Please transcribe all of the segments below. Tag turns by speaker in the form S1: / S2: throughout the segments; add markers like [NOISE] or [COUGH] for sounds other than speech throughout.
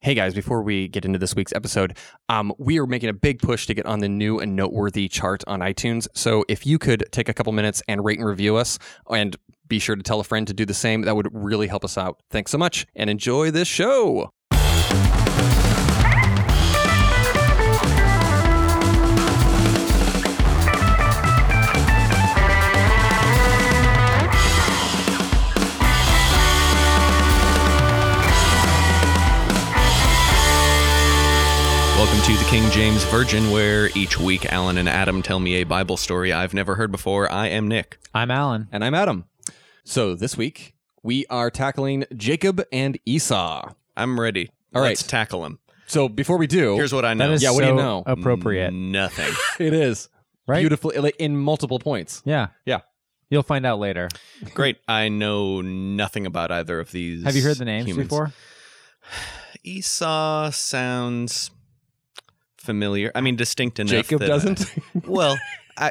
S1: Hey guys, before we get into this week's episode, um, we are making a big push to get on the new and noteworthy chart on iTunes. So if you could take a couple minutes and rate and review us, and be sure to tell a friend to do the same, that would really help us out. Thanks so much, and enjoy this show.
S2: Welcome to the King James Virgin, where each week Alan and Adam tell me a Bible story I've never heard before. I am Nick.
S3: I'm Alan.
S1: And I'm Adam. So this week we are tackling Jacob and Esau.
S2: I'm ready.
S1: All right.
S2: Let's tackle him.
S1: So before we do,
S2: Here's what I know.
S3: Oh, That is
S1: Yeah, what
S3: so
S1: do you know? Mm.
S3: appropriate, [LAUGHS]
S2: Nothing.
S1: it is
S3: right?
S1: beautifully like, in multiple points.
S3: Yeah.
S1: Yeah.
S3: You'll find out later.
S2: Great. I know nothing about either of these.
S3: Have you heard the names
S2: humans.
S3: before?
S2: Esau sounds familiar. I mean, distinct enough.
S1: Jacob
S2: that I-
S1: doesn't.
S2: [LAUGHS] well, I,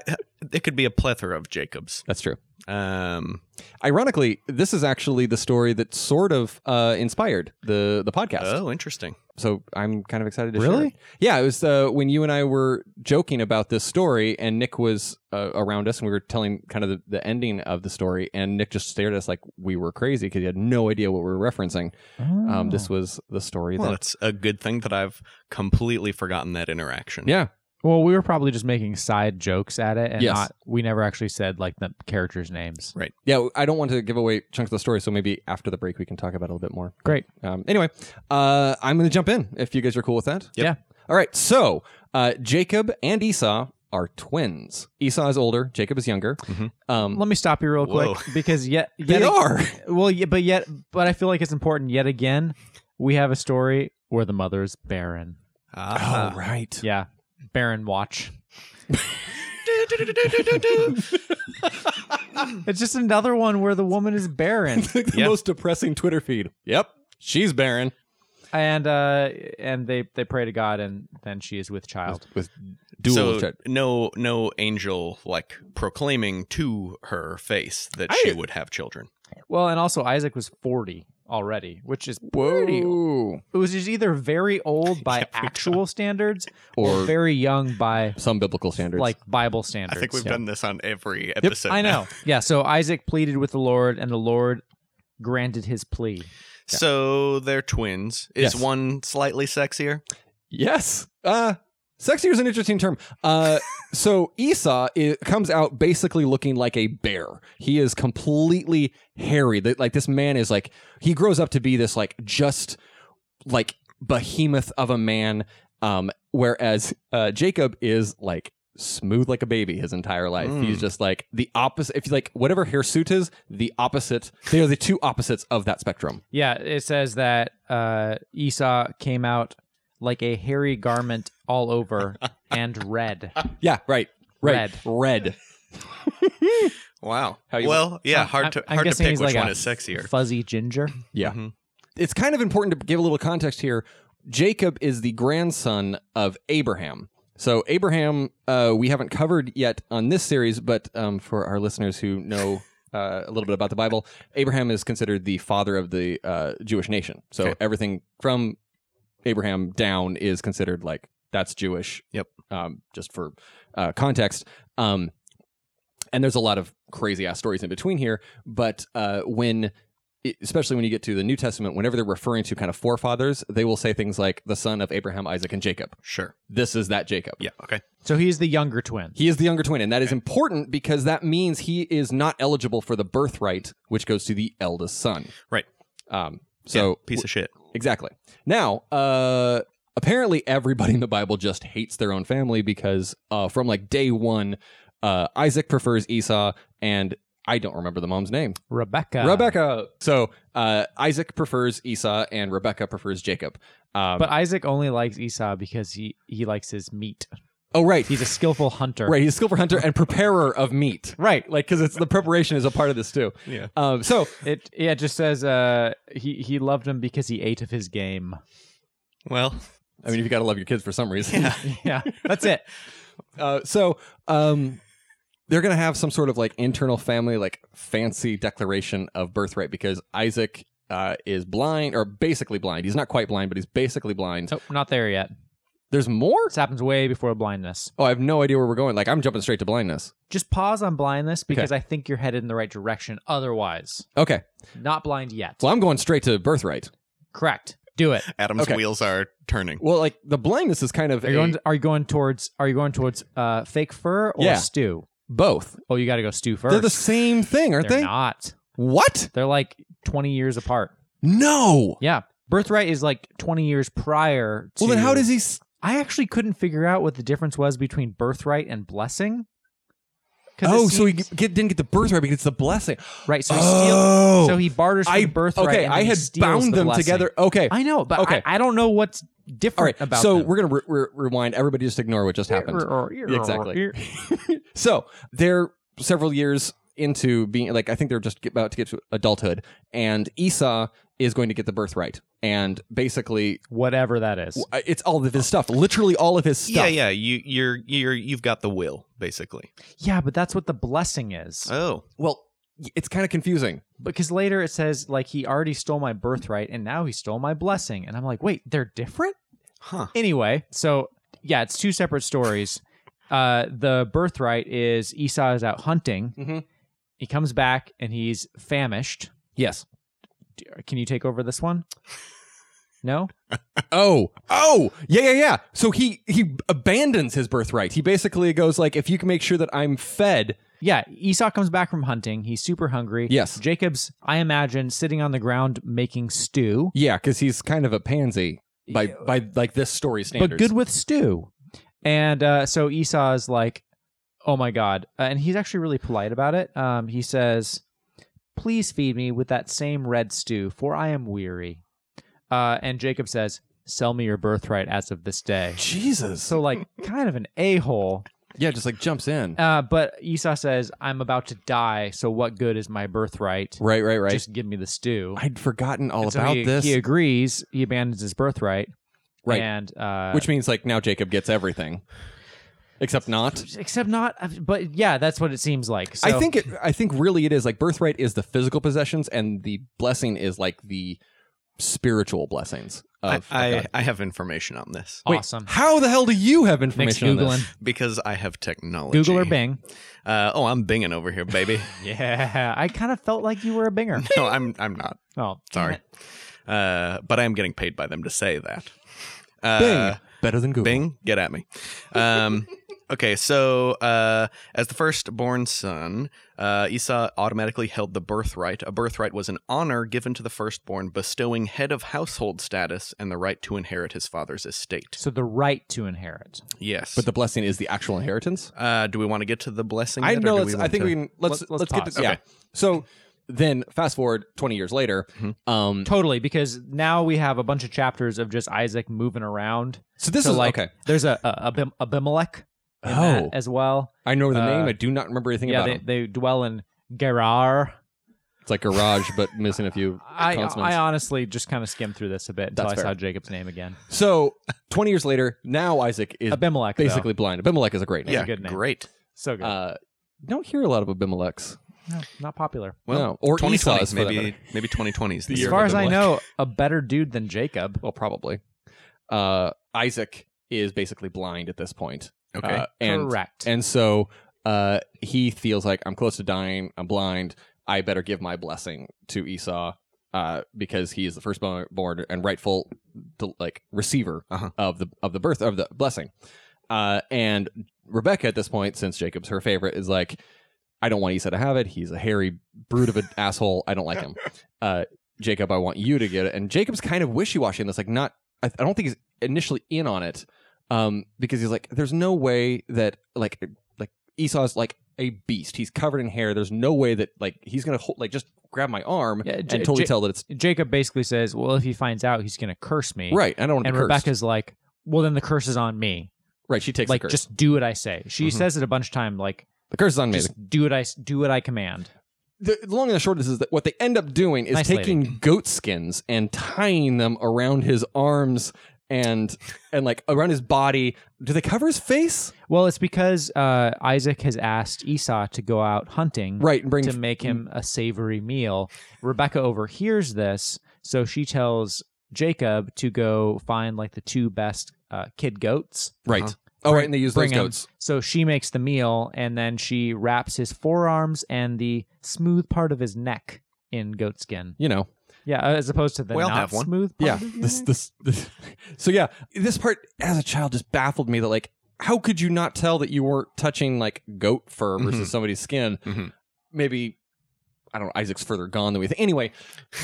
S2: it could be a plethora of Jacobs.
S1: That's true.
S2: Um,
S1: Ironically, this is actually the story that sort of uh, inspired the the podcast.
S2: oh, interesting.
S1: So I'm kind of excited to share.
S3: Really?
S1: it. Yeah, it was uh, when you and I were joking about this story, and Nick was uh, around us, and we were telling kind of the, the ending of the story, and Nick just stared at us like we were crazy because he had no idea what we were referencing. Um, this was the story
S2: Oh. Well,
S1: that.
S2: it's a good thing that I've completely forgotten that interaction.
S1: Yeah,
S3: Oh. Well, we were probably just making side jokes at it, and
S1: Yes.
S3: not we never actually said like the characters' names.
S1: yeah. I don't want to give away chunks of the story, so maybe after the break we can talk about it a little bit more.
S3: Great.
S1: Um, anyway, uh, I'm going to jump in if you guys are cool with that.
S3: Yep. Yeah.
S1: All right. So uh, Jacob and Esau are twins. Esau is older. Jacob is younger.
S2: Mhm.
S3: Mm-hmm.
S1: Um,
S3: Let me stop you real
S2: Whoa.
S1: [LAUGHS]
S3: quick because yet, yet
S1: they are.
S3: well, yeah, but yet, but I feel like it's important. Yet again, we have a story where the mother is barren.
S1: Oh,
S2: Ah.
S3: Oh,
S1: right.
S3: Uh-huh. Yeah, barren watch.
S2: [LAUGHS]
S3: It's just another one where the woman
S1: [LAUGHS]
S3: is
S1: [LAUGHS]
S3: barren.
S1: the
S2: Yeah.
S1: most depressing Twitter feed. Yep. She's barren
S3: and uh and they they pray to god and then she is with child
S1: with dual
S2: so
S1: chat.
S2: no no angel like proclaiming to her face that
S1: I-
S2: she would have children.
S3: well and also isaac was 40 already which is pretty
S1: Whoa.
S3: it was just either very
S2: [LAUGHS]
S3: old by actual standards or,
S1: Or-
S3: very young by
S1: Some biblical standards.
S3: like bible standards Yeah.
S2: this on every
S3: Yep,
S2: [LAUGHS]
S3: i know yeah so isaac pleaded with the lord and the lord granted his plea
S2: So they're twins. Is
S1: Yes.
S2: one slightly sexier?
S1: Yes. Uh sexier is an interesting term. Uh so Esau i comes out basically looking like a bear. He is completely hairy. Th- Like this man is like he grows up to be this like just like behemoth of a man um whereas uh Jacob is like smooth like a baby his entire life.
S2: Mm.
S1: He's just like the opposite if you like whatever hirsute is, the opposite. They are the two opposites of that spectrum.
S3: yeah it says that uh esau came out like a hairy garment all over
S2: [LAUGHS]
S3: and red
S1: Yeah, right. Right.
S3: Red.
S1: Red.
S2: Wow.
S1: How you-
S2: well, yeah,
S3: I'm-
S2: hard to
S3: I'm
S2: hard to
S3: guessing
S2: pick
S3: he's
S2: which
S3: like
S2: one
S3: a
S2: is sexier.
S3: fuzzy ginger
S1: Yeah.
S2: Mhm.
S1: It's kind of important to give a little context here. Jacob is the grandson of Abraham. So Abraham, uh, we haven't covered yet on this series, but um, for our listeners who
S2: [LAUGHS]
S1: know uh, a little bit about the Bible, Abraham is considered the father of the uh, Jewish nation. So
S2: Okay.
S1: everything from Abraham down is considered like that's Jewish.
S2: Yep.
S1: Um, just for uh, context, um, and there's a lot of crazy ass stories in between here. But uh, when e, especially when you get to the New Testament, whenever they're referring to kind of forefathers, they will say things like the son of Abraham, Isaac, and Jacob.
S2: Sure.
S1: This is that Jacob.
S2: Yeah. Okay.
S3: So he's the younger twin.
S1: He is the younger twin, and that is important because that means he is not eligible for the birthright, which goes to the eldest son.
S2: Right.
S1: Um, so
S2: So piece of shit.
S1: Exactly. Now, uh, apparently, everybody in the Bible just hates their own family because uh, from like day one, uh, Isaac prefers Esau, and I don't remember the mom's name.
S3: Rebecca.
S1: Rebecca. So uh, Isaac prefers Esau, and Rebecca prefers Jacob. Um,
S3: But Isaac only likes Esau because he, he likes his meat.
S1: oh, right,
S3: He's a skillful hunter.
S1: right. He's a skillful hunter and preparer of meat.
S3: [LAUGHS] Right.
S1: Like, because it's the preparation is a part of this too.
S2: Yeah.
S1: Um, so
S3: It yeah, it just says uh he, he loved him because he ate of his game. [LAUGHS]
S2: Well,
S1: I mean, you got to love your kids for some reason.
S2: yeah.
S3: Yeah. That's it.
S1: [LAUGHS] Uh, so um, they're going to have some sort of like internal family, like fancy declaration of birthright because Isaac uh, is blind or basically blind. He's not quite blind, but he's basically blind.
S3: Nope, not there yet.
S1: There's more.
S3: This happens way before blindness.
S1: Oh, I have no idea where we're going. Like I'm jumping straight to blindness.
S3: Just pause on blindness because I think you're headed in the right direction. Otherwise,
S1: Okay,
S3: not blind yet.
S1: so I'm going straight to birthright.
S3: Correct. Do it.
S2: Adam's
S1: Okay.
S2: wheels are turning.
S1: Well, like the blindness is kind of
S3: Are you
S1: a-
S3: going? Are you going towards? Are you going towards uh, fake fur or
S1: Yeah.
S3: stew?
S1: both.
S3: Oh, you got to go stew 1st
S1: They're the same thing, aren't
S3: They're
S1: they?
S3: not.
S1: What?
S3: They're like 20 years apart.
S1: No.
S3: Yeah. Birthright is like 20 years prior to
S1: Well, then how does he? s-
S3: I actually couldn't figure out what the difference was between birthright and blessing. 'Cause it
S1: Oh, so he
S3: seems-
S1: g- get, didn't get the birthright because it's the blessing.
S3: right. So he
S1: oh,
S3: steals. So he barters for
S1: I
S3: the birthright.
S1: okay.
S3: and
S1: I
S3: then he
S1: had
S3: steals
S1: bound
S3: the
S1: them
S3: blessing.
S1: together. Okay.
S3: I know, but
S1: Okay.
S3: I, I don't know what's
S1: All right.
S3: different about.
S1: so
S3: them.
S1: we're gonna re- re- rewind. Everybody, just ignore what just happened. Exactly. So they're several years into being like I think they're just get- about to get to adulthood, and Esau is going to get the birthright, and basically
S3: Whatever that is.
S1: w- it's all of his stuff, literally all of his stuff.
S2: Yeah, yeah. You you're you're you've got the will basically.
S3: Yeah, but that's what the blessing is.
S1: Uh
S2: Oh,
S1: Well, y- it's kind of confusing.
S3: because later it says like he already stole my birthright and now he stole my blessing and i'm like wait they're different
S2: huh.
S3: anyway so yeah it's two separate stories uh the birthright is esau is out hunting
S1: Mhm.
S3: he comes back and he's famished
S1: Yes.
S3: D- can you take over this one no
S1: Oh, oh, yeah, yeah, yeah. So he he abandons his birthright. He basically goes like, if you can make sure that I'm fed,
S3: yeah esau comes back from hunting he's super hungry
S1: Yes.
S3: jacob's i imagine sitting on the ground making stew
S1: yeah, because he's kind of a pansy by by like this story standards.
S3: but good with stew. And uh, so Esau is like, "Oh my god!" Uh, and he's actually really polite about it. Um, he says, "Please feed me with that same red stew, for I am weary." Uh, and Jacob says, "Sell me your birthright as of this day."
S1: [LAUGHS] Jesus.
S3: So like, kind of an a hole.
S1: yeah, just like jumps in.
S3: Uh, but Esau says, "I'm about to die, so what good is my birthright?
S1: right, right, right.
S3: Just give me the stew."
S1: I'd forgotten all
S3: And so
S1: about
S3: he,
S1: this.
S3: He agrees. He abandons his birthright.
S1: Right.
S3: And uh,
S1: Which means like now Jacob gets everything, except not.
S3: except not but yeah that's what it seems like so,
S1: I think it. I think really it is like birthright is the physical possessions, and the blessing is like the spiritual blessings. Of,
S2: I,
S1: of
S2: I,
S1: God.
S2: I have information on this
S1: Wait,
S3: awesome
S1: How the hell do you have
S3: next
S1: information? on this?
S3: googling
S2: because I have technology.
S3: google or bing
S2: Uh, oh, I'm binging over
S1: [LAUGHS]
S2: here, baby.
S3: yeah i kind of felt like you were a binger
S2: no, I'm I'm not.
S3: oh
S2: Sorry. Uh, but I am getting paid by them to say that. Uh,
S1: Bing. Better than Google.
S2: Bing, get at me. Um, okay, so uh, as the firstborn son, uh, Esau automatically held the birthright. A birthright was an honor given to the firstborn, bestowing head of household status and the right to inherit his father's estate.
S3: so the right to inherit
S2: Yes.
S1: But the blessing is the actual inheritance.
S2: uh, do we want to get to the blessing?
S1: I
S2: yet, or
S1: know.
S2: do
S1: Let's,
S2: we
S1: I
S2: want
S1: think
S2: to-
S1: we can. Let's
S3: Let's-
S1: let's,
S3: let's
S1: get
S3: pause.
S1: to yeah. So then, fast forward twenty years later. [LAUGHS] Um.
S3: totally because now we have a bunch of chapters of just isaac moving around
S1: So this
S3: so
S1: is
S3: like
S1: okay.
S3: there's a, a Abim- abimelech in that
S1: Oh.
S3: as well
S1: I know the
S3: uh,
S1: name. I do not remember anything
S3: yeah
S1: about
S3: they,
S1: him.
S3: they dwell in gerar
S1: It's like garage,
S3: [LAUGHS]
S1: but missing a few
S3: I,
S1: consonants.
S3: I honestly just kind of skimmed through this a bit until
S1: That's
S3: I saw
S1: fair.
S3: Jacob's name again.
S1: so twenty years later, now Isaac is
S3: Abimelech, though.
S1: basically blind. Abimelech is a great name.
S2: Yeah,
S3: good name.
S2: great.
S3: so good,
S1: Uh, don't hear a lot of Abimelechs.
S3: no, not popular.
S2: Well,
S1: No, or
S2: 2020,
S1: Esau's for that
S2: maybe
S1: matter.
S2: maybe 2020 is the
S1: As
S3: As
S2: year.
S3: far
S2: of
S3: as I
S2: Abimelech.
S3: know, a better dude than Jacob.
S1: Well, probably. Uh, Isaac is basically blind at this point.
S2: Okay.
S1: Uh, and
S3: Correct.
S1: And so uh, he feels like I'm close to dying. I'm blind. I better give my blessing to Esau uh, because he is the firstborn and rightful the, like receiver
S2: Uh-huh.
S1: of the of the birth of the blessing. Uh, and Rebecca at this point, since Jacob's her favorite, is like, I don't want Esau to have it. He's a hairy brute of an asshole. I don't like him. Uh, Jacob, I want you to get it. And Jacob's kind of wishy washy in this, like not. I, I don't think he's initially in on it um, because he's like, there's no way that like like Esau's like a beast. He's covered in hair. There's no way that like he's gonna hold, like just grab my arm
S3: Yeah,
S1: and
S3: J-
S1: totally
S3: J-
S1: tell that it's
S3: Jacob basically says, "Well, if he finds out, he's going to curse me."
S1: right. I don't want to
S3: And
S1: be cursed.
S3: Rebecca's like, "Well, then the curse is on me.
S1: right. She takes
S3: like,
S1: the curse.
S3: just do what I say." She
S1: Mhm.
S3: says it a bunch of time. Like,
S1: the curse is on me.
S3: just do what I s- do what I command.
S1: the, the long and the short is, is that what they end up doing is
S3: Nice lady.
S1: taking goat skins and tying them around his arms and and like around his body. Do they cover his face?
S3: Well, it's because uh, Isaac has asked Esau to go out hunting
S1: Right, and bring Mm.
S3: to make him a savory meal. Rebecca overhears this, so she tells Jacob to go find like the two best uh, kid goats.
S1: right.
S2: Uh-huh.
S1: Oh, right, and they use those
S3: bring 'em.
S1: goats.
S3: So she makes the meal, and then she wraps his forearms and the smooth part of his neck in goat skin.
S1: You know,
S3: Yeah, uh, as opposed to the
S2: We all
S3: not
S2: have one.
S3: smooth. Part
S1: yeah.
S3: of your
S1: This,
S3: neck.
S1: this this. [LAUGHS] So yeah, this part as a child just baffled me that like. How could you not tell that you weren't touching like goat fur versus
S2: Mhm.
S1: somebody's skin?
S2: Mhm.
S1: Maybe I don't know. Isaac's further gone than we think. Anyway,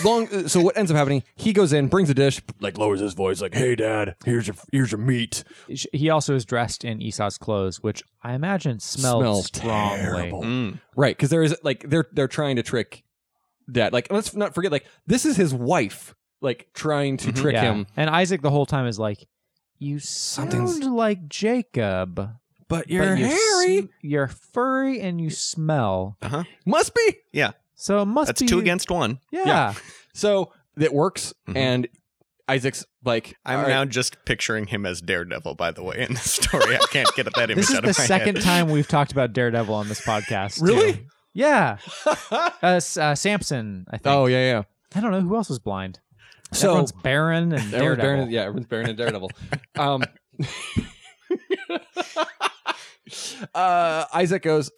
S1: long. uh, so what ends up happening? He goes in, brings a dish, like lowers his voice, like, "Hey, Dad, here's your here's your meat."
S3: Sh- He also is dressed in Esau's clothes, which I imagine smells,
S1: Smells
S3: strongly.
S1: terrible.
S2: Mm.
S1: Right, because there is like they're they're trying to trick dad. Like let's not forget, like this is his wife, like trying to
S2: Mhm.
S1: trick
S3: Mm-hmm. Yeah.
S1: him.
S3: And Isaac the whole time is like, "You sound
S1: Something's-
S3: like Jacob,
S1: But
S3: but
S1: you're
S3: you
S1: hairy.
S3: sm- you're furry, and you smell."
S2: Uh-huh.
S1: Must be.
S3: So it must
S2: That's
S3: be
S2: two against one.
S3: Yeah.
S1: Yeah. So that works,
S2: Mhm.
S1: and Isaac's like,
S2: I'm
S1: "All right."
S2: now just picturing him as Daredevil, by the way, in the story. I can't get
S1: [LAUGHS]
S2: that image
S3: This is
S2: out of
S3: the
S2: my
S3: second
S2: head.
S3: time we've talked about Daredevil on this podcast. too.
S1: Really? [LAUGHS]
S3: Yeah. Uh, S- uh, Samson, I think.
S1: Oh yeah, yeah.
S3: I don't know who else was blind.
S1: So
S3: Everyone's barren and
S1: everyone's
S3: Daredevil.
S1: Baron, yeah, everyone's Baron and
S2: [LAUGHS]
S1: Daredevil. um, [LAUGHS] uh, Isaac goes,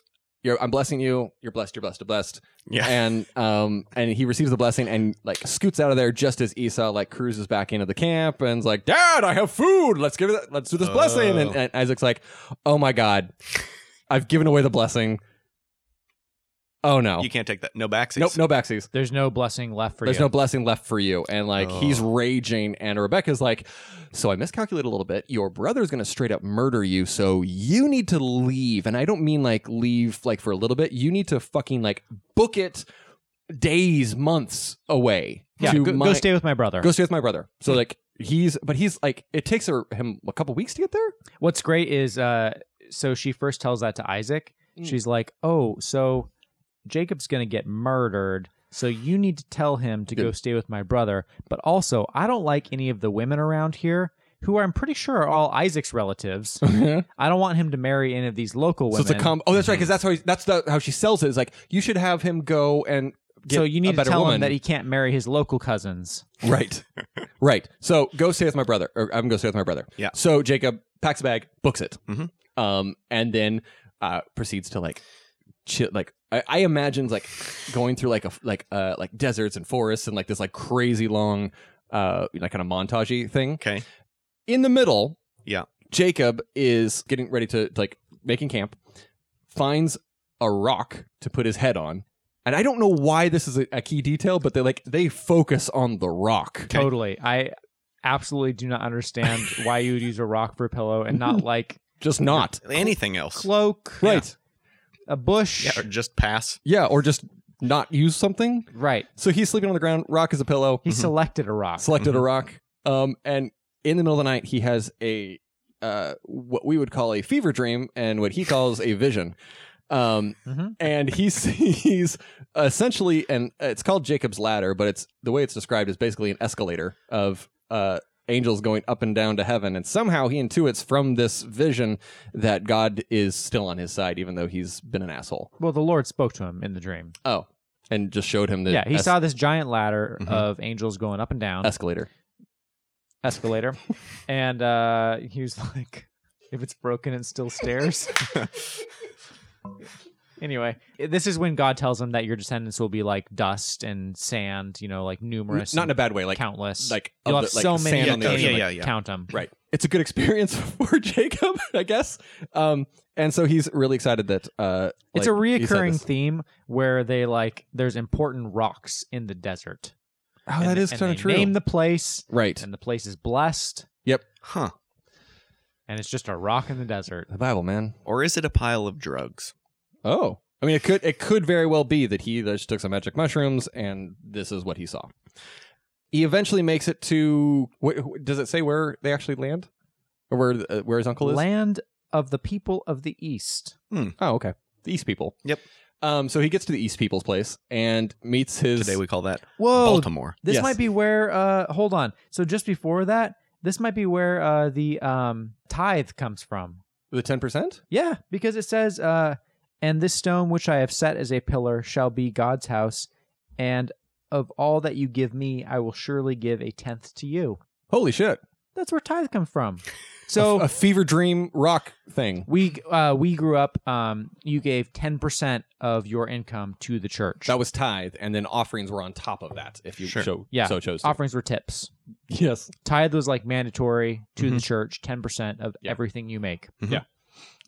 S1: you're, "I'm blessing you. You're blessed. You're blessed. You're blessed."
S2: Yeah.
S1: and um and he receives the blessing and like scoots out of there just as Esau like cruises back into the camp and's like, Dad, I have food. Let's give it. Let's do this blessing. And,
S2: Oh.
S1: and Isaac's like, Oh my god, I've given away the blessing. Oh no,
S2: You can't take that. No backsies.
S1: nope, no backsies.
S3: There's no blessing left for
S1: There's
S3: you.
S1: no blessing left for you. And like
S2: Oh.
S1: he's raging, and Rebecca's like, So I miscalculated a little bit. Your brother's gonna straight up murder you, so you need to leave. And I don't mean like leave like for a little bit. You need to fucking like book it days, months away.
S3: yeah,
S1: to
S3: go, go
S1: my-
S3: stay with my brother.
S1: go stay with my brother. So like he's but he's like it takes her, him a couple weeks to get
S3: [LAUGHS]
S1: there.
S3: What's great is uh so she first tells that to Isaac.
S1: Mm.
S3: She's like, "Oh, so Jacob's going to get murdered, so you need to tell him to go
S1: Good.
S3: stay with my brother, but also I don't like any of the women around here who I'm pretty sure are all Isaac's relatives. I don't want him to marry any of these local
S1: so
S3: women.
S1: it's a com. Oh, that's right, because that's how he, that's the, how she sells it. Is like you should have him go and get
S3: so you
S1: a
S3: need to
S1: better
S3: tell
S1: woman.
S3: him that he can't marry his local cousins.
S1: Right. right. So go stay with my brother, or I'm going to stay with my brother.
S2: Yeah.
S1: So Jacob packs a bag, books it,
S2: Mhm.
S1: um, and then uh, proceeds to like, chill, like I, I imagine like going through like a like uh like deserts and forests and like this like crazy long uh like kind of montagey thing.
S2: Okay.
S1: In the middle,
S2: Yeah.
S1: Jacob is getting ready to like making camp, finds a rock to put his head on. And I don't know why this is a, a key detail, but they like they focus on the rock.
S2: Okay.
S3: Totally. I absolutely do not [LAUGHS] understand why you would use a rock for a pillow and not like
S1: just not
S2: Anything else.
S3: cloak,
S1: right
S3: a bush.
S2: Yeah, or just pass.
S1: yeah or just not use something
S3: Right.
S1: so he's sleeping on the ground rock is a pillow
S3: He
S2: Mhm.
S3: selected a rock.
S1: selected a rock um and in the middle of the night he has a uh what we would call a fever dream and what he calls a vision um
S3: hmm
S1: and he [LAUGHS] sees essentially and it's called Jacob's ladder but it's the way it's described is basically an escalator of uh angels going up and down to heaven and somehow he intuits from this vision that God is still on his side even though he's been an asshole
S3: Well, the Lord spoke to him in the dream.
S1: Oh, and just showed him the
S3: yeah, he
S1: es-
S3: saw this giant ladder
S2: Mhm.
S3: of angels going up and down
S1: escalator.
S3: escalator, and uh, he was [LAUGHS] like, "If it's broken, it
S1: [LAUGHS]
S3: still stairs." anyway, this is when God tells him that your descendants will be like dust and sand. You know, like numerous,
S1: Not in a bad way, like
S3: countless.
S1: like
S3: You'll
S1: of
S3: have
S1: the- like
S3: so many
S1: sand
S3: you
S1: on the
S3: can't
S1: ocean.
S2: yeah,
S3: even
S1: like-
S2: yeah, yeah.
S3: count them.
S1: Right. It's a good experience [LAUGHS] for Jacob, I guess. Um, and so he's really excited that uh,
S3: It's
S1: like,
S3: a
S1: he said
S3: reoccurring
S1: this.
S3: theme where they like there's important rocks in the desert.
S1: Oh,
S3: And
S1: that
S3: they-
S1: is
S3: and
S1: kind
S3: they
S1: of true.
S3: Name the place,
S1: right.
S3: and the place is blessed,
S2: Huh.
S3: and it's just a rock in the desert.
S1: The Bible, man.
S2: Or is it a pile of drugs?
S1: Oh, I mean, it could it could very well be that he just took some magic mushrooms and this is what he saw. He eventually makes it to. Wh- wh- does it say where they actually land, or where uh, where his uncle is?
S3: Land of the people of the east.
S1: Oh, okay. The East People.
S2: Yep.
S1: Um, so he gets to the East People's place and meets his.
S2: Today we call that
S1: Oh,
S3: Whoa,
S2: Baltimore.
S3: this
S1: Yes.
S3: might be where. Uh, hold on. So just before that, This might be where uh, the um, tithe comes from.
S1: The ten percent.
S3: Yeah, because it says, uh, "And this stone which I have set as a pillar shall be God's house, and of all that you give me, I will surely give a tenth to you."
S1: Holy shit!
S3: That's where tithe
S1: [LAUGHS]
S3: comes from.
S1: So
S3: So
S1: a, fever dream rock thing.
S3: we uh, we grew up. Um, you gave ten percent of your income to the church.
S1: That was tithe, and then offerings were on top of that. If you
S2: Sure.
S1: so,
S3: Yeah.
S1: so chose. to.
S3: Offerings were tips.
S1: yes.
S3: Tithe was like mandatory to the
S2: Mhm.
S3: church, ten percent of
S1: Yeah.
S3: everything you make.
S2: Mhm.
S1: Yeah.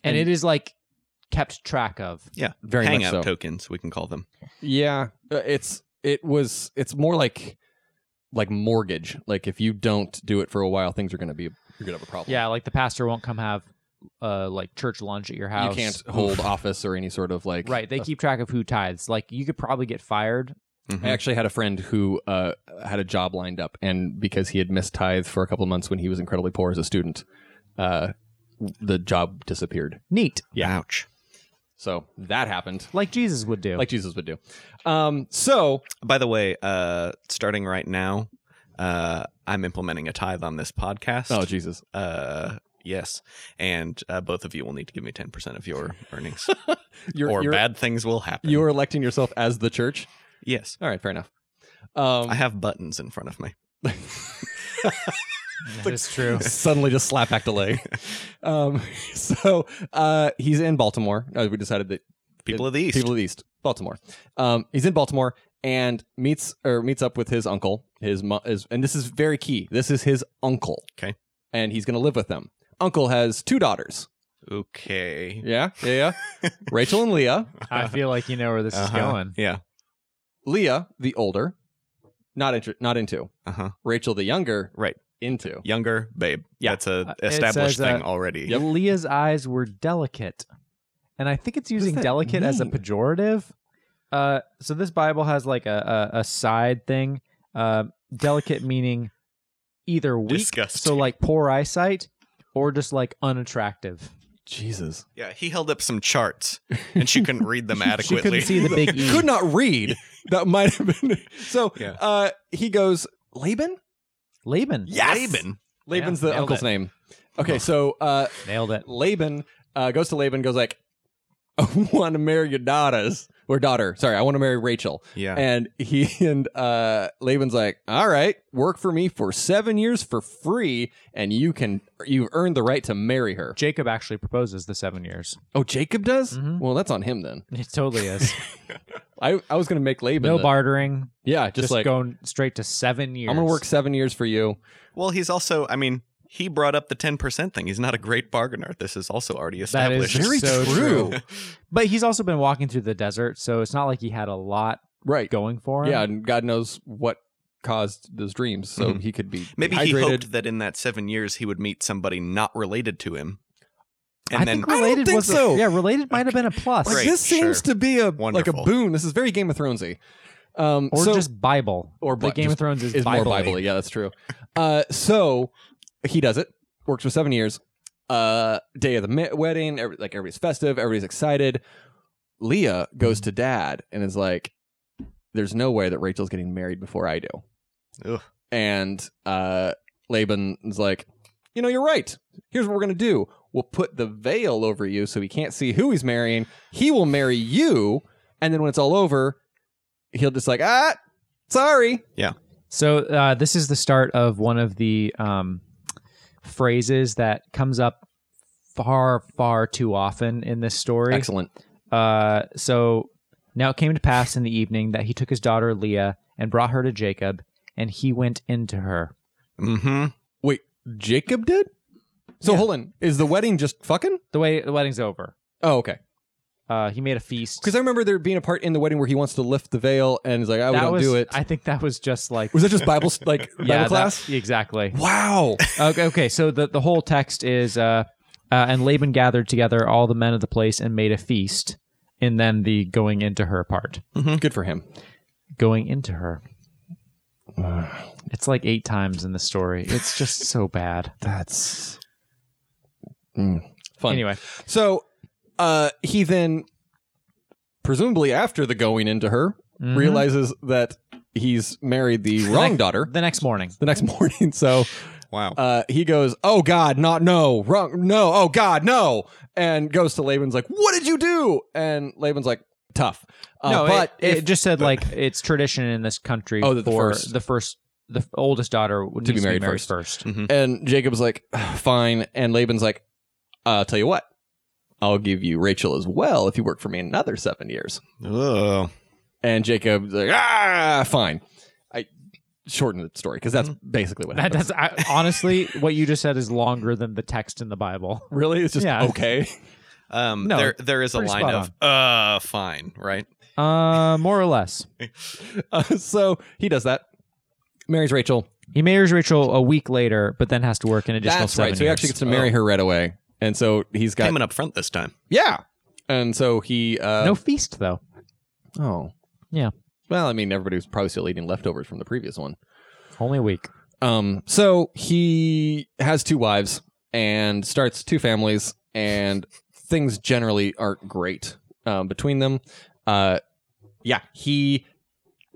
S3: and it is like kept track of.
S1: Very much
S2: hangout
S1: so.
S2: tokens, we can call them.
S1: Yeah, uh, it's it was it's more like like mortgage. Like if you don't do it for a while, things are going to be you're going to have a problem.
S3: Yeah, like the pastor won't come have uh like church lunch at your house.
S1: you can't hold office or any sort of like.
S3: Right, they keep track of who tithes. Like you could probably get fired.
S2: Mhm.
S1: I actually had a friend who uh, had a job lined up, and because he had missed tithe for a couple of months when he was incredibly poor as a student, uh, the job disappeared.
S3: Neat,
S1: yeah.
S2: Ouch.
S1: So that happened,
S3: like Jesus would do.
S1: [LAUGHS] like Jesus would do. Um, so
S2: By the way, uh, starting right now, uh, I'm implementing a tithe on this podcast.
S1: oh Jesus,
S2: uh, yes, and uh, both of you will need to give me 10% of your
S1: [LAUGHS]
S2: earnings,
S1: you're
S2: or
S1: you're,
S2: bad things will happen.
S1: you're electing yourself as the church.
S2: yes,
S1: All right, fair enough. Um,
S2: I have buttons in front of me.
S1: [LAUGHS]
S3: that is true.
S1: suddenly just slap back delay. [LAUGHS] Um, so uh, he's in Baltimore. Uh, we decided that
S2: People of the East.
S1: people of the East, Baltimore. Um, he's in Baltimore and meets or meets up with his uncle. His mo- is and this is very key. This is his uncle.
S2: Okay.
S1: and he's going to live with them. Uncle has two daughters.
S2: okay.
S1: Yeah, yeah, yeah. Rachel and Leah.
S3: [LAUGHS] I feel like you know where this is
S2: Uh-huh.
S3: going.
S2: Yeah.
S1: Leah, the older, not inter- not into.
S2: Uh huh.
S1: Rachel, the younger,
S2: Right.
S1: into.
S2: Younger, babe.
S1: Yeah.
S2: That's a
S3: Uh, it
S2: established
S3: says, uh,
S2: thing already.
S3: Leah's eyes were delicate, and I think it's using
S1: that
S3: delicate as a
S1: mean?
S3: pejorative. Uh, so this Bible has like a a, a side thing. Uh,
S1: [LAUGHS]
S3: delicate meaning either weak, so
S2: Disgusting.
S3: like poor eyesight, or just like unattractive.
S1: Jesus,
S2: Yeah, he held up some
S3: [LAUGHS]
S2: charts, and she couldn't read them adequately.
S3: She couldn't
S2: [LAUGHS]
S3: see the big E.
S1: could not read. [LAUGHS] That might have been. [LAUGHS] So
S2: Yeah.
S1: uh, he goes Laban.
S3: Laban
S1: Yes!
S2: Laban.
S1: Laban's
S3: Yeah,
S1: the
S3: nailed
S1: uncle's
S3: it.
S1: name. Okay, so uh,
S3: nailed it.
S1: Laban uh, goes to Laban, goes like, [LAUGHS] "I want to marry your daughters or daughter. Sorry, I want to marry Rachel."
S2: Yeah.
S1: And he [LAUGHS] and uh, Laban's like, "All right, work for me for seven years for free, and you can you've earned the right to marry her."
S3: Jacob actually proposes the seven
S1: [LAUGHS]
S3: years.
S1: Oh, Jacob does.
S3: Mhm.
S1: Well, that's on him then.
S3: It totally
S1: [LAUGHS]
S3: is.
S1: I, I was gonna make Laban.
S3: no
S1: the-
S3: bartering.
S1: Yeah, just,
S3: Just,
S1: like
S3: going straight to seven years.
S1: I'm gonna work seven years for you.
S2: Well, he's also, I mean, he brought up the 10% thing. He's not a great bargainer. This is also already
S3: That is
S2: established.
S1: Very [LAUGHS]
S3: so
S1: true.
S3: But he's also been walking through the desert, so it's not like he had a lot
S1: Right.
S3: going for him.
S1: Yeah, and God knows what caused those dreams, so
S2: Mhm.
S1: he could be
S2: Maybe
S1: hydrated.
S2: he hoped that in that seven years he would meet somebody not related to him. And
S3: I
S2: then,
S3: think related
S1: I don't think
S3: was a-
S1: so.
S3: yeah, related might have been a plus,
S1: Like
S2: Great,
S1: this seems
S2: sure.
S1: to be a like
S2: Wonderful.
S1: a boon. This is very Game of Thronesy. Um,
S3: or
S1: so,
S3: just Bible.
S1: or
S3: The
S1: Bi-
S3: Game of
S1: just
S3: Thrones is,
S1: is more
S3: Bible.
S1: Bible. Yeah, that's true. Uh, so he does it. Works for seven years. Uh, day of the ma- wedding. Every, like everybody's festive. Everybody's excited. Leah goes to dad and is like, "There's no way that Rachel's getting married before I do."
S2: Ugh.
S1: And uh, Laban is like, "You know, you're right. Here's what we're gonna do. We'll put the veil over you so he can't see who he's marrying. He will marry you, and then when it's all over, he'll just like, ah, sorry."
S3: So uh, this is the start of one of the um, phrases that comes up far, far too often in this story.
S1: Excellent.
S3: Uh, so now it came to pass in the evening that he took his daughter Leah and brought her to Jacob, and he went into her.
S2: mm-hmm.
S1: Wait, Jacob did? So hold on. Is the wedding just fucking?
S3: The way the wedding's over,
S1: Oh, okay.
S3: uh, he made a feast.
S1: Because I remember there being a part in the wedding where he wants to lift the veil and is like, I
S3: that
S1: won't
S3: was,
S1: do it.
S3: I think that was just like
S1: Was that just Bible
S3: [LAUGHS]
S1: like Bible
S3: yeah, that-
S1: class?
S3: exactly.
S1: Wow.
S3: okay, okay. So the the whole text is uh, uh, and Laban gathered together all the men of the place and made a feast, and then the going into her part,
S1: Good for him.
S3: going into her. It's like eight times in the story. It's just so bad.
S1: That's fun.
S3: Anyway,
S1: So uh he then presumably after the going into her
S3: Mhm. [LAUGHS]
S1: realizes that he's married the wrong daughter
S3: the next morning.
S1: the next [LAUGHS] morning. So
S2: Wow.
S1: uh, he goes, "Oh God, not no, wrong, no, oh God, no," and goes to Laban's like, "What did you do?" And Laban's like, "Tough." Uh,
S3: no,
S1: but
S3: it,
S1: if,
S3: it just said like it's tradition in this country
S1: Oh,
S3: for
S1: that the first-
S3: the first the f- oldest daughter would
S1: To
S3: needs
S1: be married
S3: first.
S1: first. and Jacob's like, "Fine," and Laban's like, "I'll tell you what, I'll give you Rachel as well if you work for me another seven years."
S2: Ugh.
S1: And Jacob's like, "Ah, fine." I shortened the story because that's basically what
S3: Mm-hmm. That
S1: happened.
S3: does I, honestly what you just said is longer than the text in the Bible.
S1: Really, it's just
S3: Yeah.
S1: okay. [LAUGHS]
S2: Um,
S3: No,
S2: there there is a
S3: pretty
S2: line
S3: spot
S2: of uh fine, right?
S3: Uh, more or less.
S1: Uh, so he does that. Marries Rachel.
S3: He marries Rachel a week later, but then has to work an additional
S1: That's
S3: seven
S1: right. So he
S3: years.
S1: actually gets to marry
S2: Oh.
S1: her right away. And so he's got
S2: Payment up front this time.
S1: Yeah. And so he uh
S3: no feast though.
S1: oh.
S3: Yeah.
S1: Well, I mean everybody was probably still eating leftovers from the previous one.
S3: Only a week.
S1: Um so he has two wives and starts two families and things generally aren't great um, between them. Uh yeah, he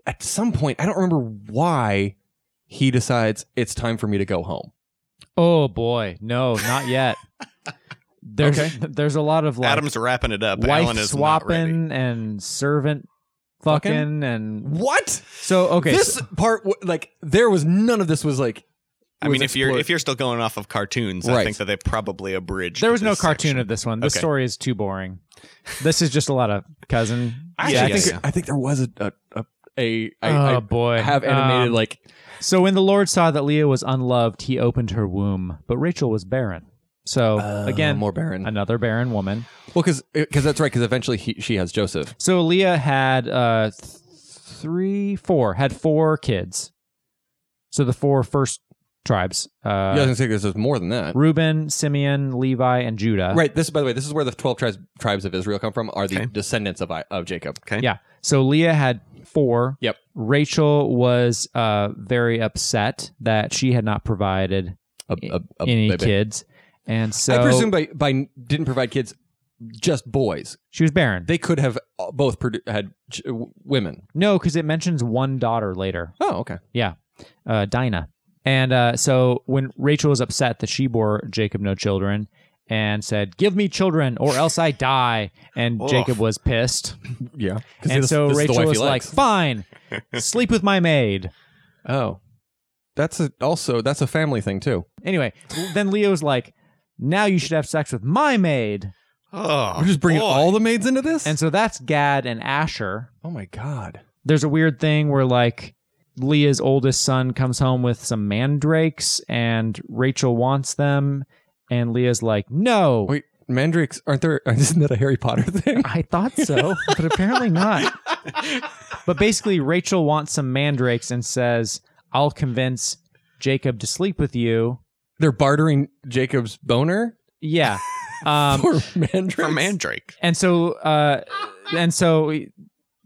S1: at some point, I don't remember why he decides it's time for me to go home.
S3: Oh boy, no,
S1: [LAUGHS]
S3: not yet. there's [LAUGHS] there's a lot of like
S2: Adam's wrapping it up.
S3: wife
S2: Alan is not ready.
S3: swapping and servant fucking,
S1: Fucking?
S3: and
S1: What?
S3: so okay.
S1: this part, w- like, there was none of this was like.
S2: I
S1: was
S2: mean, if you're
S1: explored.
S2: if you're still going off of cartoons, I
S1: Right.
S2: think that they probably abridged.
S3: There was no
S2: this
S3: cartoon
S2: section.
S3: of this one. This
S2: Okay.
S3: story is too boring. This is just a lot of cousin.
S1: I
S2: Yeah,
S1: actually
S2: yeah,
S1: think I think there was a a, a, a I,
S3: oh boy,
S1: I have animated
S3: Um,
S1: like
S3: So when the Lord saw that Leah was unloved, he opened her womb, but Rachel was barren. So again,
S1: Uh, more barren.
S3: another barren woman.
S1: well, because that's right. Because eventually he, she has Joseph.
S3: So Leah had uh, th- three, four, had four kids. So the four first tribes:
S1: yeah, I was
S3: uh,
S1: gonna say 'cause there's more than that.
S3: Reuben, Simeon, Levi, and Judah.
S1: Right. This, by the way, this is where the twelve tribes tribes of Israel come from. Are the
S2: Okay.
S1: descendants of I, of Jacob.
S3: Yeah. So Leah had four.
S1: Yep.
S3: Rachel was uh, very upset that she had not provided
S1: A, a, a
S3: any
S1: Oh, baby.
S3: kids, and so
S1: I presume by by didn't provide kids, just boys.
S3: she was barren.
S1: They could have uh, both produ- had ch- women.
S3: no, because it mentions one daughter later.
S1: Oh, okay.
S3: Yeah, uh, Dinah. And uh, so when Rachel was upset that she bore Jacob no children and said, "Give me children, or else I die," and
S2: Ugh.
S3: Jacob was pissed,
S1: Yeah.
S3: and so Rachel was like, "Fine, sleep with my maid."
S1: Oh, that's a, also that's a family thing too.
S3: Anyway, then Leo's like, now you should have sex with my maid.
S2: Oh,
S1: We're just bringing
S2: boy.
S1: all the maids into this.
S3: And so that's Gad and Asher.
S1: oh my god,
S3: There's a weird thing where, like, Leah's oldest son comes home with some mandrakes and Rachel wants them. And Leah's like, no.
S1: wait, mandrakes aren't there? [LAUGHS] Isn't that a Harry Potter [LAUGHS] thing?
S3: I thought so, but apparently not. But basically, Rachel wants some mandrakes and says, I'll convince Jacob to sleep with you.
S1: They're bartering Jacob's boner
S3: Yeah. Um,
S1: for mandrakes.
S2: for Mandrake.
S3: And so, uh, and so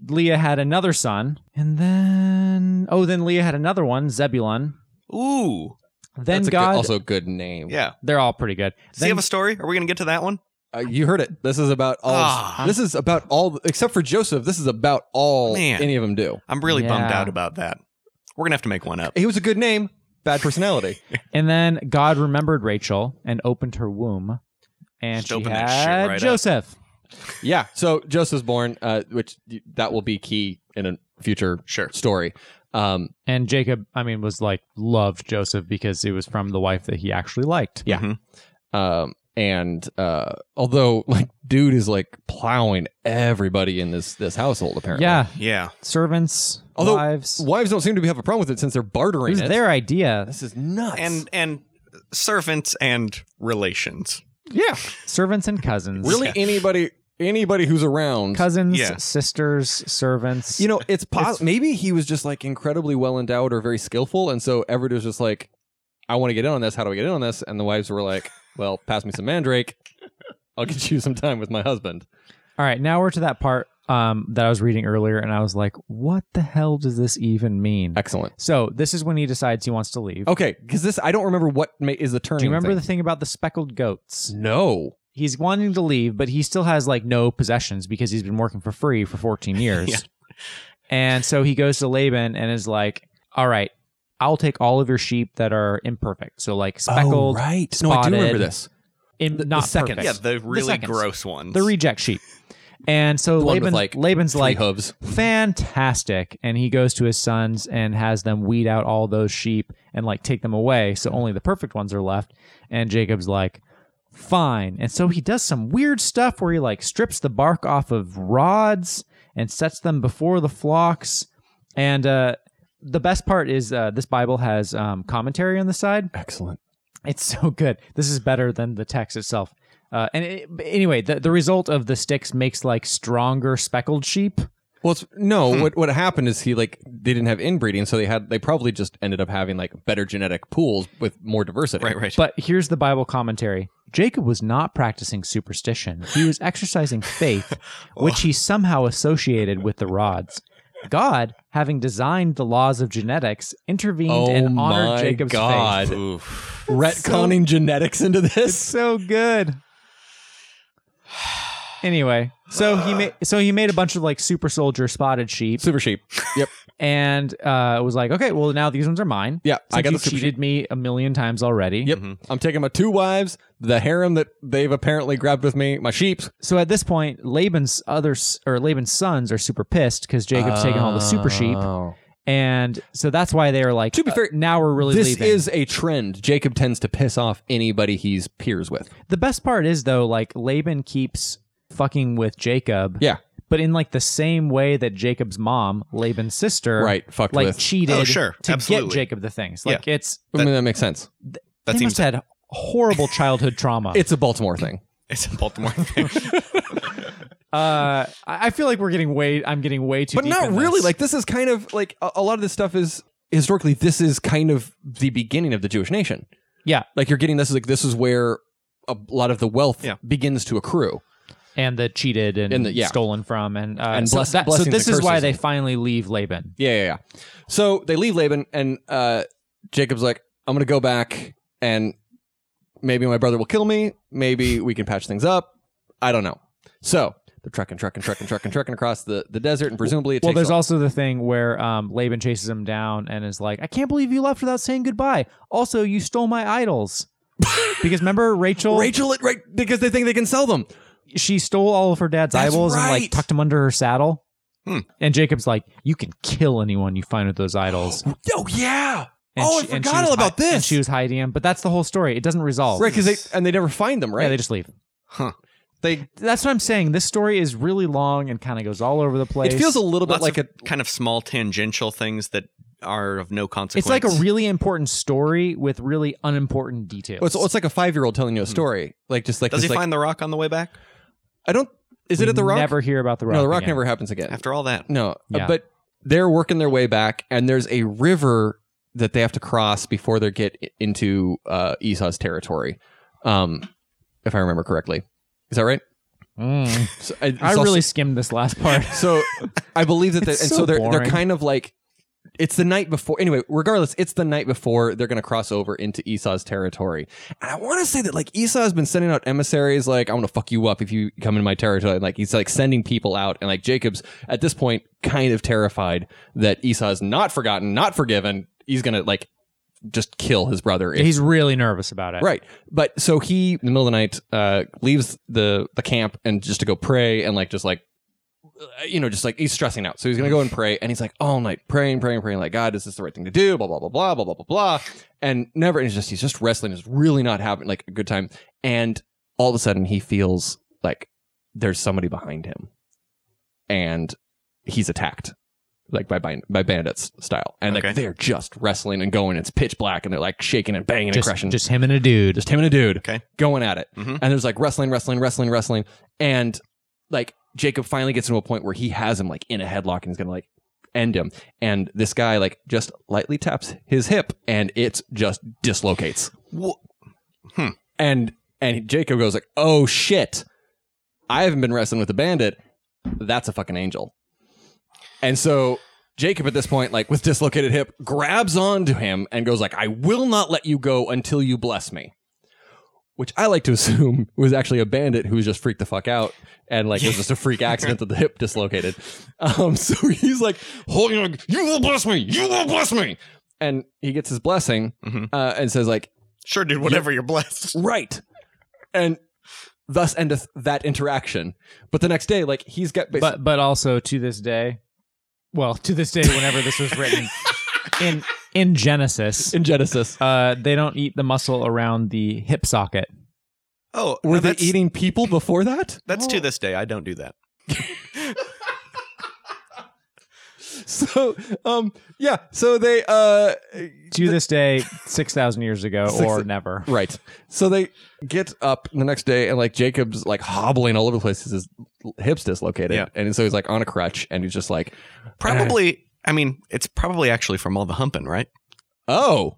S3: Leah had another son, and then oh, then Leah had another one, Zebulun.
S2: Ooh,
S3: Then
S1: that's a
S3: God,
S1: good, also a good name.
S2: yeah.
S3: they're all pretty good.
S2: Does
S3: Then-
S2: he have a story? Are we gonna get to that one?
S1: Uh, you heard it. This is about all.
S2: Ah.
S1: this is about all except for Joseph. This is about all
S2: Man.
S1: any of them do.
S2: I'm really bummed
S3: Yeah.
S2: out about that. We're gonna have to make one up.
S1: He was a good name, bad
S2: [LAUGHS]
S1: personality.
S3: and then God remembered Rachel and opened her womb, and
S2: Just
S3: she
S2: open that shit
S3: had
S2: right up.
S3: Joseph.
S1: yeah. So Joseph's born, uh, which that will be key in a future
S2: Sure.
S1: story. Um,
S3: And Jacob, I mean, was like loved Joseph because it was from the wife that he actually liked.
S1: Yeah.
S2: Mhm.
S1: Um, and uh, although like dude is like plowing everybody in this this household apparently.
S3: yeah,
S2: Yeah.
S3: servants,
S1: Although-
S3: wives.
S1: wives don't seem to have a problem with it since they're
S3: It
S1: bartering
S3: was
S1: it.
S3: their idea.
S1: This is nuts.
S2: And and servants and relations.
S1: yeah,
S3: Servants and cousins.
S1: really anybody anybody who's around.
S3: Cousins,
S2: Yeah.
S3: sisters, servants.
S1: You know, it's possible. Maybe he was just like incredibly well endowed or very skillful, and so Everett was just like, "I want to get in on this. How do I get in on this?" And the wives were like, "Well, pass me some mandrake. I'll get you some time with my husband."
S3: All right, now we're to that part um, that I was reading earlier, and I was like, "What the hell does this even mean?"
S1: Excellent.
S3: So this is when he decides he wants to leave.
S1: Okay, because this I don't remember what ma- is the turn.
S3: Do you remember the thing about the speckled goats?
S1: No.
S3: He's wanting to leave, but he still has like no possessions because he's been working for
S1: [LAUGHS]
S3: free for 14 years.
S2: Yeah.
S3: And so he goes to Laban and is like, "All right, I'll take all of your sheep that are imperfect. So like speckled,
S1: oh, right. No, I do remember
S3: spotted,
S1: this.
S3: im-
S1: The- the
S3: not
S1: seconds.
S2: Yeah,
S3: perfect.
S2: the really
S3: seconds.
S2: gross ones.
S3: the reject sheep. And so
S1: The one with,
S3: Laban,
S1: like,
S3: Laban's
S1: Three
S3: like,
S1: hooves.
S3: fantastic and he goes to his sons and has them weed out all those sheep and like take them away so only the perfect ones are left and jacob's like fine and so he does some weird stuff where he like strips the bark off of rods and sets them before the flocks and uh the best part is uh, this bible has um, commentary on the side
S1: Excellent.
S3: it's so good. This is better than the text itself. Uh, and it, but anyway, the, the result of the sticks makes like stronger speckled sheep.
S1: Well, it's, no.
S2: Hmm.
S1: What what happened is he like they didn't have inbreeding, so they had they probably just ended up having like better genetic pools with more diversity.
S2: right, right.
S3: But here's the Bible commentary Jacob was not practicing superstition, he was
S1: [LAUGHS]
S3: exercising faith,
S1: Oh.
S3: which he somehow associated with the rods. God, having designed the laws of genetics, intervened
S1: Oh
S3: and honored
S1: my
S3: Jacob's faith.
S1: god!
S2: Oof.
S1: Retconning genetics into this.
S3: so good. Anyway, so he made so he made a bunch of like super soldier spotted sheep,
S1: Super sheep. Yep.
S3: and uh, was like, okay, well now these ones are mine. [LAUGHS]
S1: Yeah, I
S3: Since
S1: got
S3: you
S1: the super
S3: cheated me a million times already.
S1: Yep.
S2: Mm-hmm.
S1: I'm taking my two wives, the harem that they've apparently grabbed with me, my sheeps.
S3: So at this point, Laban's other s- or Laban's sons are super pissed because Jacob's taking all the super sheep,
S1: Oh.
S3: and so that's why they are like,
S1: Ah. To be
S3: uh,
S1: fair,
S3: now we're really
S1: This
S3: leaving.
S1: is a trend. Jacob tends to piss off anybody he's peers with.
S3: the best part is though, like Laban keeps fucking with Jacob.
S1: Yeah.
S3: But in like the same way that Jacob's mom, Laban's sister,
S1: Right. Fucked
S3: like
S1: with.
S3: cheated
S2: Oh, sure.
S3: to
S2: Absolutely.
S3: get Jacob the things.
S2: Yeah.
S3: Like it's
S1: I mean, that makes sense.
S2: That
S3: they
S2: seems
S3: must have had horrible childhood trauma.
S1: It's a Baltimore thing.
S2: [LAUGHS] it's a
S3: [LAUGHS]
S2: Baltimore thing.
S3: uh, I I feel like we're getting way. I'm getting way too.
S1: but
S3: deep
S1: not
S3: in this.
S1: really. Like this is kind of like a, a lot of this stuff is historically this is kind of the beginning of the Jewish nation.
S3: yeah,
S1: Like you're getting this is like this is where a lot of the wealth
S2: Yeah.
S1: begins to accrue.
S3: and the cheated and,
S1: And the- yeah.
S3: stolen from and uh,
S1: And
S3: so
S1: bless-
S3: that- so
S1: blessings
S3: this
S1: and
S3: is why
S1: curses.
S3: they finally leave Laban.
S1: Yeah, yeah, yeah. So they leave Laban, and uh, Jacob's like, "I'm gonna go back, and maybe my brother will kill me. Maybe we can patch things up. I don't know." So they're trekking, trekking, trekking, trekking, trekking across the, the desert, and presumably it
S3: Well,
S1: takes
S3: there's
S1: a-
S3: also the thing where um, Laban chases him down and is like, "I can't believe you left without saying goodbye. Also, you stole my
S1: [LAUGHS]
S3: idols." because remember Rachel,
S1: Rachel, it- right? Because they think they can sell them.
S3: she stole all of her dad's
S1: That's
S3: eyeballs and like
S1: right.
S3: tucked them under her saddle.
S2: Hmm.
S3: And Jacob's like, "You can kill anyone you find with those idols." And
S1: [GASPS] Oh yeah. oh,
S3: she-
S1: I
S3: and she
S1: forgot
S3: was
S1: all about
S3: hi-
S1: this.
S3: And she was hiding him, but that's the whole story. It doesn't resolve.
S1: right, because they and they never find them. Right?
S3: Yeah, they just leave.
S1: they.
S3: That's what I'm saying. This story is really long and kind of goes all over the place.
S1: It feels a little bit
S2: Lots
S1: like
S2: of
S1: a
S2: kind of small tangential things that are of no consequence.
S3: it's like a really important story with really unimportant details.
S1: Well, it's, it's like a five year old telling you
S3: Hmm.
S1: a story. Like just like
S2: Does
S1: this,
S2: he
S1: like,
S2: find the rock on the way back?
S1: I don't. Is it
S3: We
S1: at the rock?
S3: Never hear about the rock.
S1: no, the rock
S3: again.
S1: never happens again.
S2: After all that,
S1: no, uh,
S3: Yeah.
S1: but they're working their way back, and there's a river that they have to cross before they get i- into uh, Esau's territory. Um, if I remember correctly, is that right?
S3: Mm.
S1: So, I, it's
S3: I
S1: also-
S3: really skimmed this last
S1: [LAUGHS]
S3: part.
S1: so I believe that, they, and
S3: It's
S1: so,
S3: so
S1: they're they're
S3: boring.
S1: kind of like it's the night before. Anyway, regardless, it's the night before they're going to cross over into Esau's territory. And I want to say that like Esau has been sending out emissaries, like I'm going to fuck you up if you come into my territory. And, like he's like sending people out, and like Jacob's at this point kind of terrified that Esau is not forgotten, not forgiven. He's going to like just kill his brother if
S3: He's really nervous about it.
S1: Right. But so he, in the middle of the night, uh, leaves the the camp and just to go pray and like just like uh, you know just like he's stressing out so he's gonna go and pray and he's like all night praying praying praying like god is this the right thing to do blah blah blah blah blah blah blah blah and never and he's just he's just wrestling is really not having like a good time and all of a sudden he feels like there's somebody behind him and he's attacked like by by, by bandits style and
S2: Okay.
S1: like they're just wrestling and going it's pitch black and they're like shaking and banging and
S3: Just,
S1: crushing
S3: just him and a dude.
S1: just him and a dude
S2: Okay.
S1: going at it
S2: Mhm.
S1: and there's like wrestling wrestling wrestling wrestling and like jacob finally gets to a point where he has him like in a headlock and he's gonna like end him and this guy like just lightly taps his hip and it just dislocates
S2: Hmm.
S1: and and jacob goes like oh shit i haven't been wrestling with a bandit that's a fucking angel and so Jacob at this point, like with dislocated hip, grabs onto him and goes like, "I will not let you go until you bless me," which I like to assume [LAUGHS] was actually a bandit who was just freaked the fuck out and like it was just a freak accident that the hip [LAUGHS] dislocated. Um, so he's like holding, on, "You will bless me, you will bless me," and he gets his blessing
S2: Mhm.
S1: uh, and says like
S2: Sure, dude, whatever you're blessed.
S1: right and thus endeth that interaction but the next day like he's got basi-
S3: but but also to this day, well, to this day, whenever this was
S1: [LAUGHS]
S3: written in in Genesis,
S1: in genesis
S3: uh, they don't eat the muscle around the hip socket.
S2: Oh,
S1: were
S2: no,
S1: they
S2: that's,
S1: eating people before that [LAUGHS]
S2: That's to this day. I don't do that.
S1: so um yeah so they uh
S3: To this day, [LAUGHS] six thousand years ago
S1: Six-
S3: or never.
S1: right so they get up the next day and like jacob's like hobbling all over the place 'cause his hips dislocated
S2: Yeah.
S1: and so he's like on a crutch and he's just like
S2: Probably. I mean, it's probably actually from all the humping, right?
S1: oh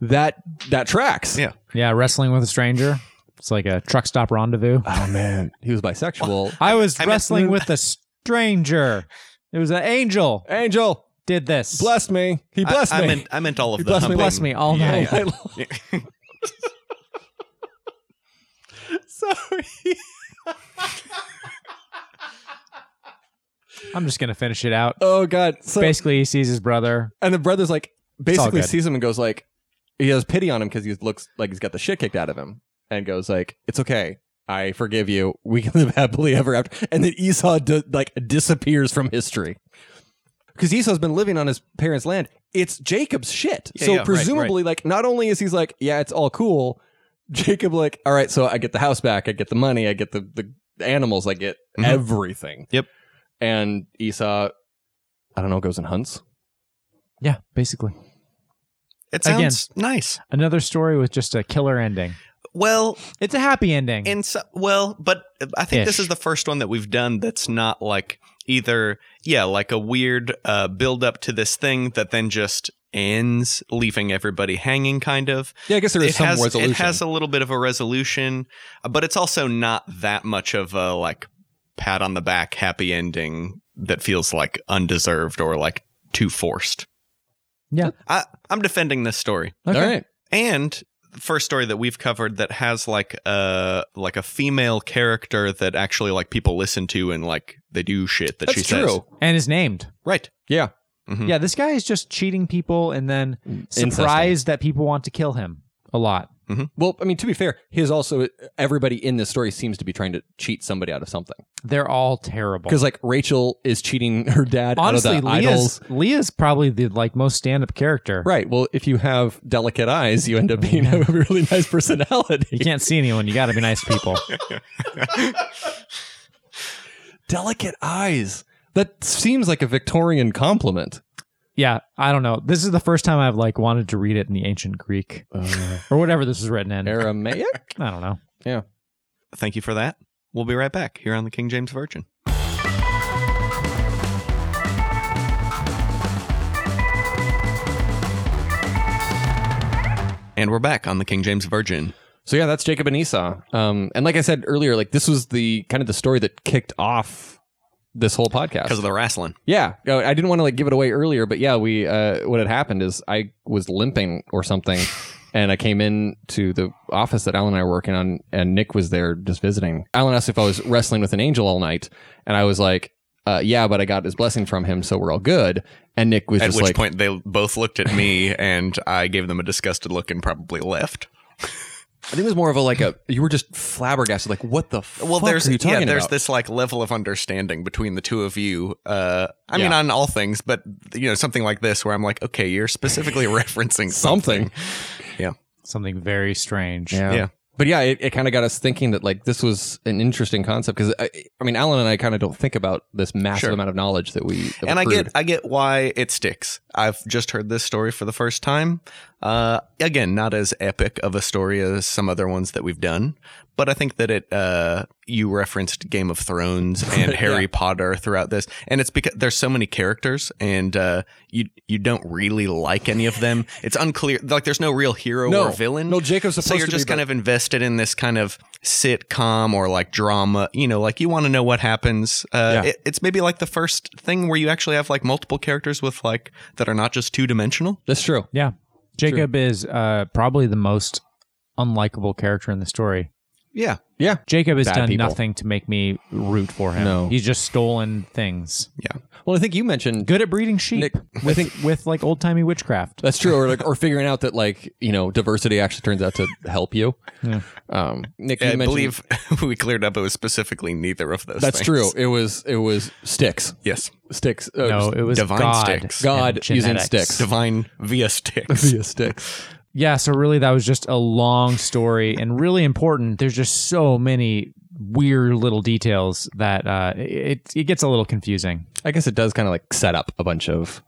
S1: that that tracks
S2: Yeah.
S3: Yeah, wrestling with a stranger. It's like a truck stop rendezvous.
S1: oh man he was
S2: [LAUGHS]
S1: bisexual
S3: I was
S2: I meant-
S3: wrestling with a stranger. It was an angel.
S1: angel
S3: Did this?
S1: blessed me he
S2: I-
S1: blessed
S2: I,
S1: me
S2: meant, I meant all of
S1: He
S2: the
S1: blessed me,
S2: humping.
S3: bless
S1: [LAUGHS]
S3: me all
S2: Yeah,
S3: night.
S2: yeah.
S1: so he,
S3: I'm just gonna finish it [LAUGHS] out.
S1: oh god so
S3: Basically, he sees his brother.
S1: and the brother's like
S3: all
S1: basically
S3: good.
S1: sees him and goes like he has pity on him because he looks like he's got the shit kicked out of him and goes like it's okay i forgive you we can live happily ever after and then esau d- like disappears from history because esau's been living on his parents land it's jacob's shit
S2: Yeah,
S1: so
S2: yeah, right,
S1: presumably like not only is he's like yeah it's all cool [LAUGHS] jacob like all right so i get the house back i get the money i get the, the animals i get
S2: Mhm.
S1: everything
S2: Yep.
S1: and esau i don't know goes and hunts
S3: Yeah, basically
S2: [LAUGHS] It
S3: Again.
S2: sounds nice.
S3: another story with just a killer ending.
S2: Well,
S3: It's a happy ending.
S2: and so, well, but I think this
S3: Ish.
S2: is the first one that we've done that's not like either, yeah, like a weird uh, build up to this thing that then just ends, leaving everybody hanging, kind of.
S1: Yeah, I guess there is some
S2: has,
S1: resolution.
S2: It has a little bit of a resolution, but it's also not that much of a like pat on the back happy ending that feels like undeserved or like too forced.
S3: Yeah.
S2: I, I'm defending this story.
S3: Okay.
S1: All right.
S2: And the first story that we've covered that has like a like a female character that actually like people listen to and like they do shit that she
S1: That's true.
S2: says.
S3: and is named.
S2: Right.
S1: Yeah.
S2: Mhm.
S3: Yeah, this guy is just cheating people and then
S1: Incesting.
S3: surprised that people want to kill him a lot.
S1: Well, I mean, to be fair, his also everybody in this story seems to be trying to cheat somebody out of something.
S3: They're all terrible.
S1: Because like Rachel is cheating her dad
S3: honestly,
S1: out of the idols.
S3: Leah's, Leah's probably the like most stand-up character.
S1: Right. Well, if you have delicate eyes, you end up being a
S2: [LAUGHS]
S1: really nice
S3: You
S1: personality.
S3: can't see anyone. You got to be nice to
S1: [LAUGHS]
S3: people.
S1: Delicate eyes. That seems like a Victorian compliment.
S3: yeah, I don't know. This is the first time I've like wanted to read it in the ancient Greek
S2: Uh.
S3: or whatever this was written in.
S1: Aramaic.
S3: I don't know.
S2: Thank you for that. We'll be right back here on the King James Virgin. And we're back on the King James Virgin.
S1: So yeah, that's Jacob and Esau. Um, and like I said earlier, like this was the kind of the story that kicked off this whole podcast
S2: Because of the wrestling.
S1: Yeah, uh, I didn't want to like give it away earlier, but yeah, we uh, what had happened is I was limping or
S2: [LAUGHS]
S1: something, and I came in to the office that Alan and I were working on, and Nick was there just visiting. Alan asked if I was wrestling with an angel all night, and I was like, uh, "Yeah, but I got his blessing from him, so we're all good." And Nick was
S2: At
S1: just
S2: which
S1: like,
S2: point they both looked at me and I gave them a disgusted look and probably left.
S1: "I think it was more of a like a you were just flabbergasted, like what the
S2: Well,
S1: fuck
S2: there's
S1: are you
S2: yeah,
S1: talking
S2: there's
S1: about?"
S2: this like level of understanding between the two of you. Uh, I mean,
S1: Yeah.
S2: on all things, but you know, something like this where I'm like, okay, you're specifically [LAUGHS] referencing
S1: Something.
S3: Something very strange.
S2: Yeah.
S1: But yeah, it, it kind of got us thinking that like this was an interesting concept because I, I mean, Alan and I kind of don't think about this massive
S2: Sure.
S1: amount of knowledge that we. have
S2: and I
S1: accrued.
S2: get I get why it sticks. I've just heard this story for the first time. Uh, again, not as epic of a story as some other ones that we've done, but I think that it uh, you referenced Game
S1: [LAUGHS]
S2: of Thrones and Harry Potter throughout this, and it's because there's so many characters, and uh, you you don't really like any of them. It's unclear, like there's no real hero
S1: No.
S2: or villain.
S1: No, Jacob's supposed
S2: so you're
S1: to
S2: just
S1: be,
S2: kind of invested in this kind of sitcom or like drama you know like you want to know what happens uh,
S1: Yeah.
S2: it- it's maybe like the first thing where you actually have like multiple characters with like that are not just two-dimensional
S1: That's true.
S3: Yeah. Jacob is uh, probably the most unlikable character in the story.
S2: Yeah.
S3: Jacob has
S1: Bad
S3: done
S1: people.
S3: nothing to make me root for him.
S1: No.
S3: He's just stolen things.
S1: Well, I think you mentioned
S3: Good at breeding sheep
S1: Nick, Uh, I
S3: with
S1: think
S3: with like old timey witchcraft.
S1: that's true, or like, or figuring out that like you know diversity actually turns out to help you.
S3: Yeah.
S1: Um, Nick,
S2: Yeah,
S1: you
S2: I
S1: mentioned
S2: believe [LAUGHS] we cleared up it was specifically neither of those
S1: that's
S2: things.
S1: true. It was it was sticks,
S2: Yes.
S1: sticks. Uh,
S3: No, it was
S2: divine
S3: God.
S2: sticks.
S1: God
S3: and
S1: using
S3: genetics.
S1: sticks.
S2: Divine via sticks.
S1: via sticks.
S3: Yeah, so really that was just a long story and really important. There's just so many weird little details that uh, it it gets a little confusing.
S1: I guess it does kind of like set up a bunch of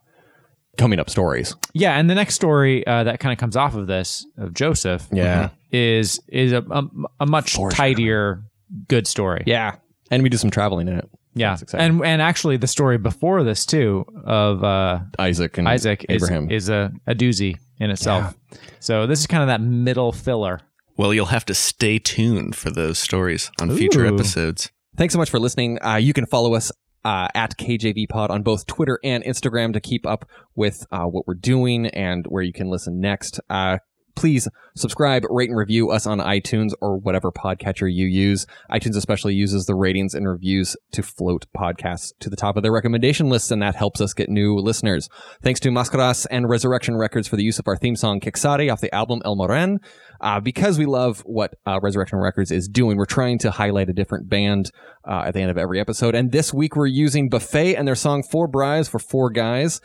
S1: coming up stories.
S3: Yeah, and the next story uh, that kind of comes off of this of Joseph,
S1: Yeah.
S3: is is a a, a much tidier good story.
S1: Yeah, and we do some traveling in it.
S3: yeah,
S1: That's exciting.
S3: and and actually the story before this too of uh,
S1: Isaac and
S3: Isaac is,
S1: Mm. Abraham.
S3: is a, a doozy in itself. So this is kind of that middle filler.
S2: Well, you'll have to stay tuned for those stories on future
S3: Ooh.
S2: episodes.
S1: Thanks so much for listening. Uh, you can follow us uh, at KJV Pod on both Twitter and Instagram to keep up with uh, what we're doing and where you can listen next. Uh, please subscribe, rate, and review us on iTunes or whatever podcatcher you use. iTunes especially uses the ratings and reviews to float podcasts to the top of their recommendation lists, and that helps us get new listeners. Thanks to Mascaras and Resurrection Records for the use of our theme song Quixari off the album El Moren. Uh, because we love what uh, Resurrection Records is doing, we're trying to highlight a different band uh, at the end of every episode. And this week we're using Buffet and their song Four Brides for Four Guys.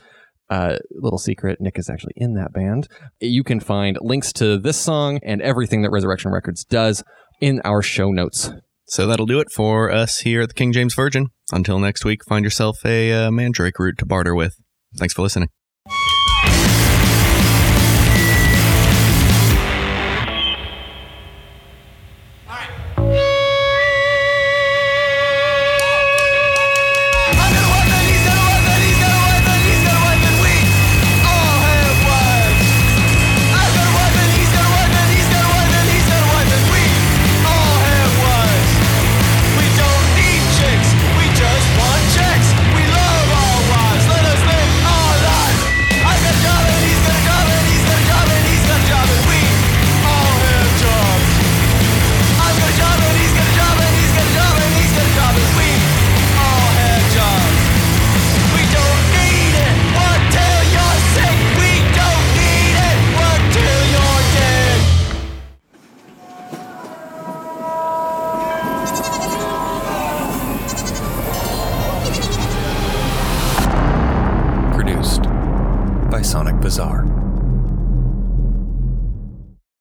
S1: Uh, little secret, Nick is actually in that band. You can find links to this song and everything that Resurrection Records does in our show notes.
S2: So that'll do it for us here at the King James Virgin. Until next week, find yourself a uh, mandrake root to barter with. Thanks for listening.
S4: Jobs. We don't need it. Work till you're sick. We don't need it. Work till you're dead.
S5: Produced by Sonic Bazaar.